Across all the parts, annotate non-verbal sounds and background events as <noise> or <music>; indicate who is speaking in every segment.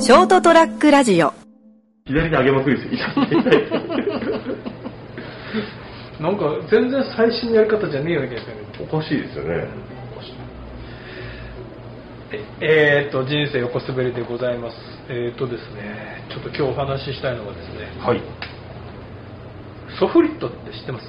Speaker 1: ショートトラックラジオ
Speaker 2: 左手上げまくりですよ。
Speaker 3: なんか全然最新のやり方じゃねえような気がする
Speaker 2: おかしいですよね。
Speaker 3: ええーっと人生横滑りでございますえーっとですねちょっと今日お話ししたいのがですね
Speaker 2: はい。
Speaker 3: ソフリットって知ってます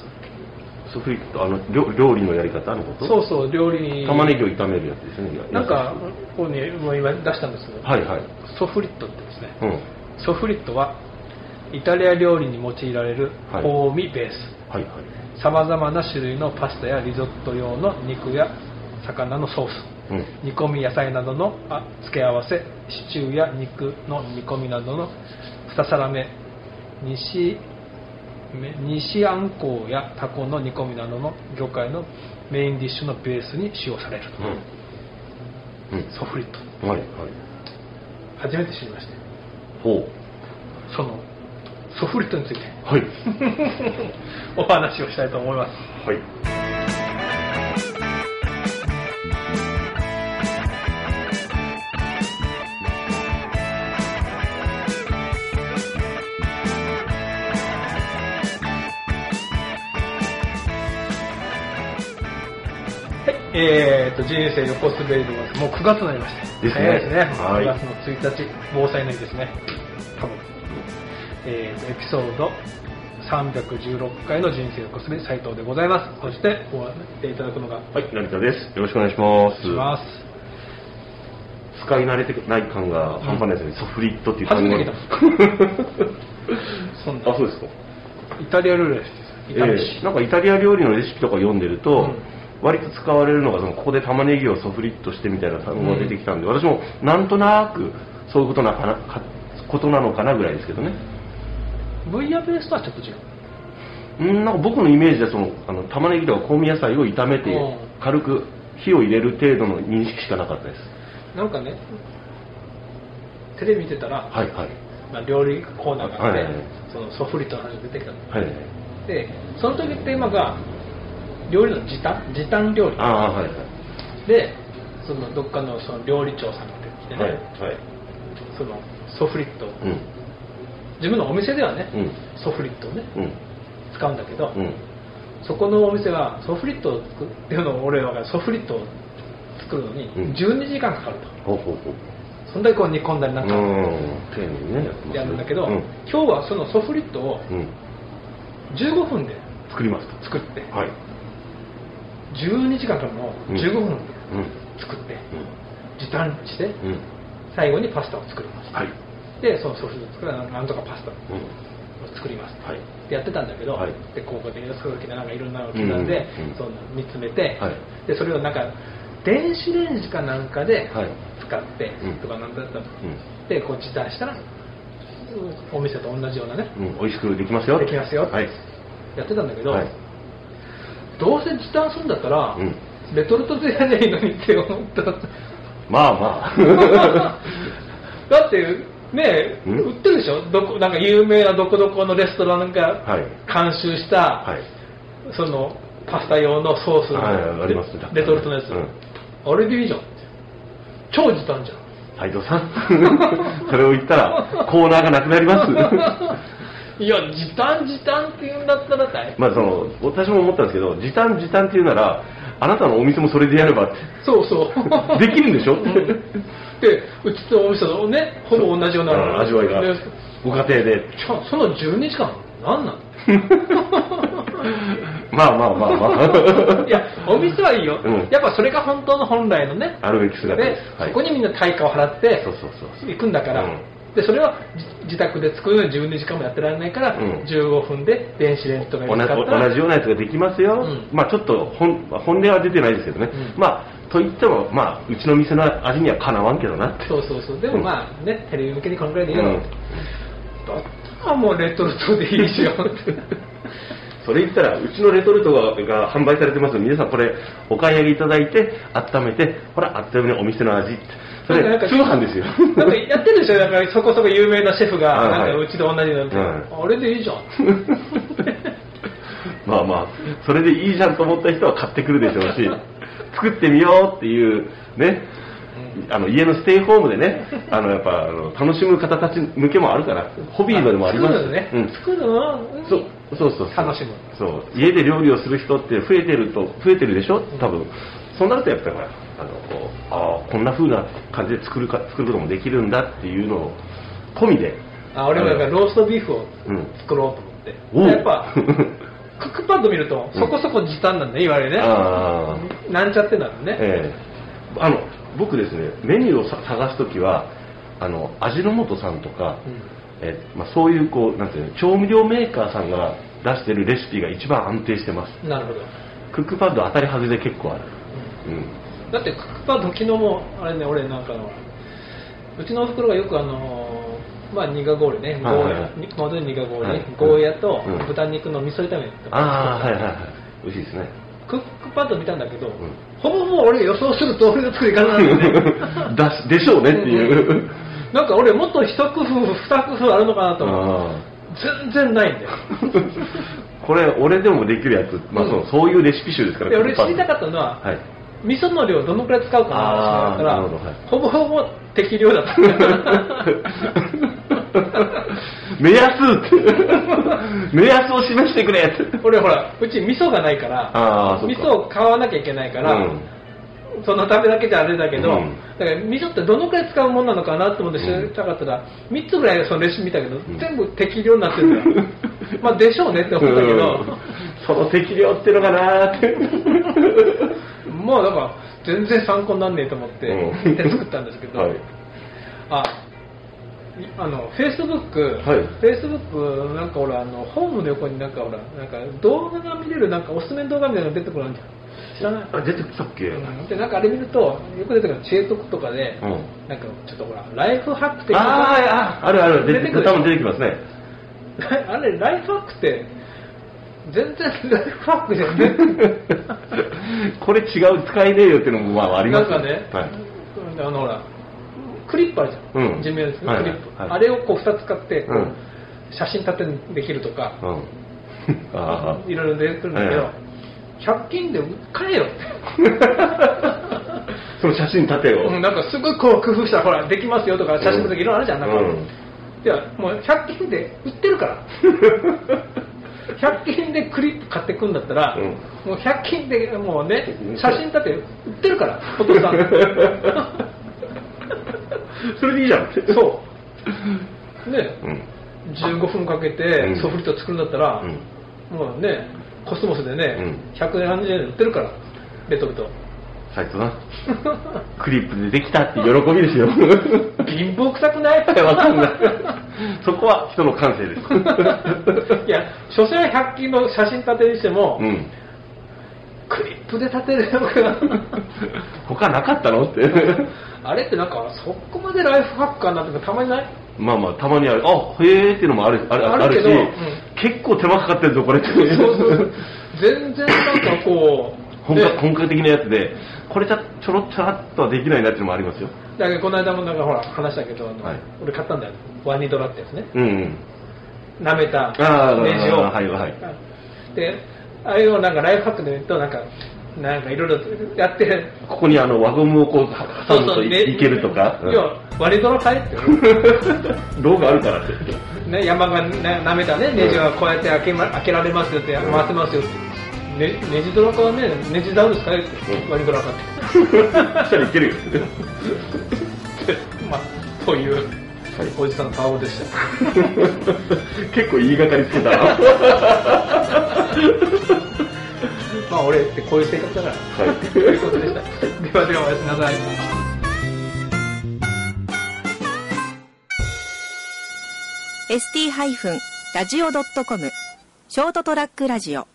Speaker 2: ソフリット、あの、料料理のやり方のこと
Speaker 3: そうそう料理
Speaker 2: 玉ねぎを炒めるやつですよね。
Speaker 3: なんかここにもう今出したんですけど、
Speaker 2: はいはい。
Speaker 3: ソフリットってですね
Speaker 2: うん。
Speaker 3: ソフリットはイタリア料理に用いられる
Speaker 2: はい
Speaker 3: 香味ベース
Speaker 2: はいはい。
Speaker 3: さまざまな種類のパスタやリゾット用の肉や魚のソース
Speaker 2: うん。
Speaker 3: 煮込み野菜などのあ付け合わせシチューや肉の煮込みなどの2皿目西め西あんこうやタコの煮込みなどの魚介のメインディッシュのベースに使用される
Speaker 2: うん。うん。
Speaker 3: ソフリット
Speaker 2: はいはい。
Speaker 3: 初めて知りました
Speaker 2: ほう。
Speaker 3: そのソフリットについて
Speaker 2: はい。
Speaker 3: お話をしたいと思います
Speaker 2: はい。
Speaker 3: はい、えー、と人生横滑りでございますもう9月になりました
Speaker 2: ですね
Speaker 3: 早いですね、
Speaker 2: はい
Speaker 3: 9月の1日防災の日ですね多分、えー、とエピソード316回の人生横滑り斉藤でございますそしてお会いいただくのがお願
Speaker 2: はい、成田です。よろしくお願いします。
Speaker 3: いします
Speaker 2: 使い慣れてない感が半端ないですね。ソフリットっていう
Speaker 3: 初
Speaker 2: 単語。
Speaker 3: めて聞いたそんな
Speaker 2: あ、そうですか。
Speaker 3: イタリアルールですイタリア
Speaker 2: ええなんかイタリア料理のレシピとか読んでると、
Speaker 3: うん
Speaker 2: 割と使われるのがそのここで玉ねぎをソフリットしてみたいな単語が出てきたんで、私もなんとなくそういうことなのかなかことなのかなぐらいですけどね
Speaker 3: ブイヤベースとはちょっと違う
Speaker 2: うんなんか僕のイメージでそのあの玉ねぎとか香味野菜を炒めて
Speaker 3: うん
Speaker 2: 軽く火を入れる程度の認識しかなかったです
Speaker 3: なんかねテレビ見てたら、
Speaker 2: はいはい
Speaker 3: まあ、料理コーナーがあって、
Speaker 2: はいはいはい
Speaker 3: そのソフリットの話が出てきたの
Speaker 2: はいはい
Speaker 3: でその時テーマが料理の時短時短料理
Speaker 2: ああはいはい
Speaker 3: でそのどっかのその料理長さんが出てきてね、
Speaker 2: はいはい
Speaker 3: そのソフリットを
Speaker 2: うん
Speaker 3: 自分のお店ではね、
Speaker 2: うん
Speaker 3: ソフリットをね
Speaker 2: うん
Speaker 3: 使うんだけど、
Speaker 2: うん
Speaker 3: そこのお店はソフリットを作るっていうのを俺らがソフリットを作るのに
Speaker 2: うん
Speaker 3: 12時間かかると、
Speaker 2: ほうほうほう
Speaker 3: そんだけこう煮込んだりなんか
Speaker 2: うん丁寧にねやってますね
Speaker 3: やるんだけど、
Speaker 2: うん
Speaker 3: 今日はそのソフリットを
Speaker 2: うん、
Speaker 3: 15分で
Speaker 2: 作ります
Speaker 3: 作って
Speaker 2: とはい
Speaker 3: 12時間からの15分で
Speaker 2: うん
Speaker 3: 作って
Speaker 2: う
Speaker 3: 時短し
Speaker 2: ん
Speaker 3: て
Speaker 2: うん
Speaker 3: 最後にパスタを作ります
Speaker 2: はい。
Speaker 3: でそのソフトを作るなんとかパスタを
Speaker 2: うん。
Speaker 3: 作ります
Speaker 2: はい。
Speaker 3: ってやってたんだけど、
Speaker 2: はい
Speaker 3: で高校で作る時なんかいろんなのを刻んで、
Speaker 2: うんうん
Speaker 3: その煮詰めて、
Speaker 2: はい
Speaker 3: でそれをなんか電子レンジかなんかで
Speaker 2: はい。
Speaker 3: 使って
Speaker 2: うん
Speaker 3: とかなんだったの、
Speaker 2: う
Speaker 3: でこう時短したらお店と同じようなね
Speaker 2: ん。うん。美味しくできますよ。
Speaker 3: できますよ
Speaker 2: はい。
Speaker 3: やってたんだけど、
Speaker 2: はい。
Speaker 3: どうせ時短するんだったら、
Speaker 2: うん
Speaker 3: レトルトでやりゃいいのにって思った
Speaker 2: まあまあ。
Speaker 3: <laughs>
Speaker 2: <laughs>
Speaker 3: だってね
Speaker 2: うん
Speaker 3: 売ってるでしょどこなんか有名などこどこのレストランが
Speaker 2: はい。
Speaker 3: 監修した、
Speaker 2: はい。
Speaker 3: そのパスタ用のソースの、
Speaker 2: はいありますね
Speaker 3: レレトルトのやつ、
Speaker 2: うん
Speaker 3: あれでいいじゃん超時短じゃん
Speaker 2: 斉藤さん。 <laughs> それを言ったら、コーナーがなくなります。 <laughs>
Speaker 3: いや時短時短って言うんだったらかい
Speaker 2: まあその、私も思ったんですけど、時短時短っていうなら、あなたのお店もそれでやればって。
Speaker 3: そうそう <laughs>
Speaker 2: できるんでしょ
Speaker 3: うんでうちとお店のねほぼ同じような
Speaker 2: うん味わいが
Speaker 3: で。
Speaker 2: ご家庭で。
Speaker 3: しかもその12時間何なの
Speaker 2: まあまあまあまあ。
Speaker 3: いや、お店はいいよ、
Speaker 2: うん
Speaker 3: やっぱそれが本当の本来のね、
Speaker 2: <laughs> あるべき姿
Speaker 3: で
Speaker 2: です。はい
Speaker 3: そこにみんな対価を払って
Speaker 2: そうそうそう。
Speaker 3: 行くんだから、
Speaker 2: うん
Speaker 3: でそれはじ自宅で作るのに12時間もやってられないから、
Speaker 2: うん
Speaker 3: 15分で電子レンジとかに
Speaker 2: 同
Speaker 3: 使
Speaker 2: じ
Speaker 3: ったら
Speaker 2: 同じようなやつができますよ、
Speaker 3: うん
Speaker 2: まあちょっと本本音は出てないですけどね、
Speaker 3: うん
Speaker 2: まあといっても、まあ、うちの店の味にはかなわんけどなって、
Speaker 3: そうそうそう、でもまあね、テレビ向けにこのくらいでいいよ、
Speaker 2: うん
Speaker 3: だったらもうレトルトでいいじゃんって。
Speaker 2: それ言ったら、うちのレトルトがが販売されてますので、皆さんこれ、お買い上げいただいて、温めて、ほら、あっという間にお店の味って、それ
Speaker 3: なんか、
Speaker 2: 通販ですよ。
Speaker 3: なんかやってるでしょ、なんかそこそこ有名なシェフが、
Speaker 2: はい
Speaker 3: な
Speaker 2: は
Speaker 3: ん
Speaker 2: い
Speaker 3: かうちで同じのやって、
Speaker 2: うん
Speaker 3: あれでい
Speaker 2: <laughs>
Speaker 3: いじゃん。
Speaker 2: <laughs> まあまあ、それでいいじゃんと思った人は買ってくるでしょうし、作ってみようっていう、ね、あの家のステイホームでね、
Speaker 3: <laughs>
Speaker 2: あのやっぱあの楽しむ方たち向けもあるから、ホビーでもあります
Speaker 3: 作るのね、
Speaker 2: うん
Speaker 3: 作るの
Speaker 2: そうそうそうそう
Speaker 3: 楽しむ
Speaker 2: そう家で料理をする人って増えてると増えてるでしょ多分、そうなるとやっぱりほらあのこうああこんな風な感じで作るか作ることもできるんだっていうのを込みで
Speaker 3: あ俺もなんかローストビーフを
Speaker 2: うん
Speaker 3: 作ろうと
Speaker 2: お
Speaker 3: 思って、
Speaker 2: う
Speaker 3: や
Speaker 2: <laughs>
Speaker 3: っぱクックパッド見るとそこそこ時短なんだね、いわゆるね
Speaker 2: あ
Speaker 3: なんちゃってなのね、
Speaker 2: ええあの僕ですねメニューをさ探すときはあの味の素さんとか、えまあ、そういうこうなんていうの調味料メーカーさんが出してるレシピが一番安定してます
Speaker 3: うんなるほど、
Speaker 2: クックパッド当たり外れ結構ある、
Speaker 3: うん
Speaker 2: うん、
Speaker 3: だってクックパッド昨日もあれね俺なんかあのうちのおふくろがよくあのまあニガゴールねゴ
Speaker 2: はいは
Speaker 3: ー
Speaker 2: いはい
Speaker 3: ヤに戻りニガゴールね、
Speaker 2: はい
Speaker 3: ゴーヤと
Speaker 2: うん
Speaker 3: 豚肉の味噌炒めとか
Speaker 2: ああはいはいはい美味しいですね <laughs>
Speaker 3: クックパッド見たんだけど、
Speaker 2: ん
Speaker 3: ほぼもう俺予想すると俺の作り方な
Speaker 2: <laughs>
Speaker 3: んだよね
Speaker 2: だしでしょうねって
Speaker 3: <laughs>
Speaker 2: いう
Speaker 3: なんか俺もっと一工夫二工夫あるのかなと思う
Speaker 2: あ
Speaker 3: 全然ないん
Speaker 2: <laughs>
Speaker 3: だよ
Speaker 2: ーこれ俺でもできるやつ、まあ
Speaker 3: うん
Speaker 2: そうそういうレシピ集ですから
Speaker 3: で俺知りたか
Speaker 2: っ
Speaker 3: ったのは、
Speaker 2: はい <laughs>
Speaker 3: 味噌の量どのくらい使うかなっ
Speaker 2: あー
Speaker 3: て
Speaker 2: なるほ
Speaker 3: 思
Speaker 2: ど
Speaker 3: った
Speaker 2: は
Speaker 3: ら
Speaker 2: い
Speaker 3: ほぼほぼ適量
Speaker 2: <laughs>
Speaker 3: だった
Speaker 2: 目安って <laughs> 目安を示してくれって
Speaker 3: 俺ほらうち味噌がないから
Speaker 2: ああそっ
Speaker 3: 味
Speaker 2: か
Speaker 3: 噌を買わなきゃいけないから、
Speaker 2: うん
Speaker 3: そのためだけじゃあれだけど、
Speaker 2: うん
Speaker 3: だから味噌ってどのくらい使うものなのかなと思って知りたかったら、3つぐらいそのレシピ見たけど、
Speaker 2: ん
Speaker 3: 全部適量になってるんだ
Speaker 2: <laughs>
Speaker 3: よまあでしょうねって思ったけど、
Speaker 2: うんその適量ってのかなーって
Speaker 3: もうだから全然参考になんねえと思って、
Speaker 2: うん
Speaker 3: 手作ったんですけ
Speaker 2: <laughs>
Speaker 3: ど、
Speaker 2: はい
Speaker 3: あいあのフェイスブック、
Speaker 2: はい
Speaker 3: フェイスブックなんかほらあのホームの横になんかほらなんか動画が見れるなんかおすすめの動画みたいなのが出てくるんじゃん知らない
Speaker 2: あ出てきたっけ、
Speaker 3: うんでなんかあれ見るとよく出てくる知恵得とかで、
Speaker 2: うん
Speaker 3: なんかちょっとほらライフハック的
Speaker 2: あー
Speaker 3: な
Speaker 2: ああるある出て
Speaker 3: 出てくる
Speaker 2: 多分出てきます
Speaker 3: <laughs>
Speaker 2: ね
Speaker 3: あれライフハックって全然ライフハックじゃね
Speaker 2: これ違う使えねえよっていうのもまああります
Speaker 3: なんかね、
Speaker 2: はい、
Speaker 3: あのほらクリップあるじゃん、
Speaker 2: うん
Speaker 3: 寿命ですね、
Speaker 2: はい
Speaker 3: クリップ、
Speaker 2: はい
Speaker 3: あれをこう2つ使ってこう、
Speaker 2: うん
Speaker 3: 写真立てにできるとか、
Speaker 2: うん、あ
Speaker 3: いろいろ出てくるんだけ
Speaker 2: はいは
Speaker 3: ど、100均で買えよって。
Speaker 2: あその写真立てを、
Speaker 3: うんなんかすごいこう工夫したらほらできますよとか写真とかいろいろあるじゃん、なんか、
Speaker 2: うん
Speaker 3: いやもう100均で売ってるから
Speaker 2: <laughs>
Speaker 3: 100均でクリップ買ってくんだったら、
Speaker 2: うん
Speaker 3: もう100均でもうね
Speaker 2: うん
Speaker 3: 写真立て売ってるから
Speaker 2: <laughs>
Speaker 3: お父さん
Speaker 2: それでいいじゃんって
Speaker 3: そうね、
Speaker 2: うん
Speaker 3: 15分かけ
Speaker 2: う
Speaker 3: て
Speaker 2: ん
Speaker 3: ソフリット作るんだったら、
Speaker 2: うん
Speaker 3: もうねコスモスでね、
Speaker 2: うん
Speaker 3: 170円で売ってるからレトル
Speaker 2: <laughs>
Speaker 3: ト
Speaker 2: サイトなクリップでできたって喜びです
Speaker 3: <laughs>
Speaker 2: よ
Speaker 3: 貧乏臭くない
Speaker 2: <laughs> わかんないそこは人の感性です、
Speaker 3: <laughs> いや、所詮は100均の写真立てにしても、
Speaker 2: うん、
Speaker 3: クリップで立てるのか
Speaker 2: <laughs> 他なかったのって <laughs>
Speaker 3: あれってなんか、そこまでライフハッカーなんてたまに
Speaker 2: <laughs>
Speaker 3: ない
Speaker 2: まあまあたまにあるあへえっていうのもあるある
Speaker 3: あるけど
Speaker 2: し、結構手間かかってるぞこれって
Speaker 3: そうそうそう全然なんかこう、
Speaker 2: 本
Speaker 3: ね
Speaker 2: 格本格的なやつでこれじゃちょろちょらっとはできないなっていうのもありますよ
Speaker 3: だけどこの間もなんかほら話したけど、あの
Speaker 2: はい
Speaker 3: 俺買ったんだよ、ワニドラってやつね、
Speaker 2: うんうん
Speaker 3: 舐めた
Speaker 2: あー
Speaker 3: ネジを。
Speaker 2: はいはい
Speaker 3: で、あれをなんかライフハックで言うと、なんか、なんかいろいろやって、
Speaker 2: ここにあの輪ゴムをこうは挟むとい
Speaker 3: ね
Speaker 2: いけるとかうん
Speaker 3: 要は、ワニドラ買えって。
Speaker 2: <laughs> 道具あるからって <laughs>
Speaker 3: ね、山がな舐めたね、ネジはこうやって開け,、ま、開けられますよって、
Speaker 2: うん
Speaker 3: 回せますよって、ね、ネジドラかはね、ネジダウンですかねって、
Speaker 2: うん
Speaker 3: 割りドラかっ
Speaker 2: したらいけるよ <laughs>
Speaker 3: て、 <laughs> まあ、という
Speaker 2: はい、
Speaker 3: おじさんの顔でした。 <laughs>
Speaker 2: 結構言いがかりつけたなはい
Speaker 3: まあ、俺ってこういう性格だから、 <laughs> ということでした。ではでは、おやすみなさい。
Speaker 1: ST-radio.com ショートトラックラジオ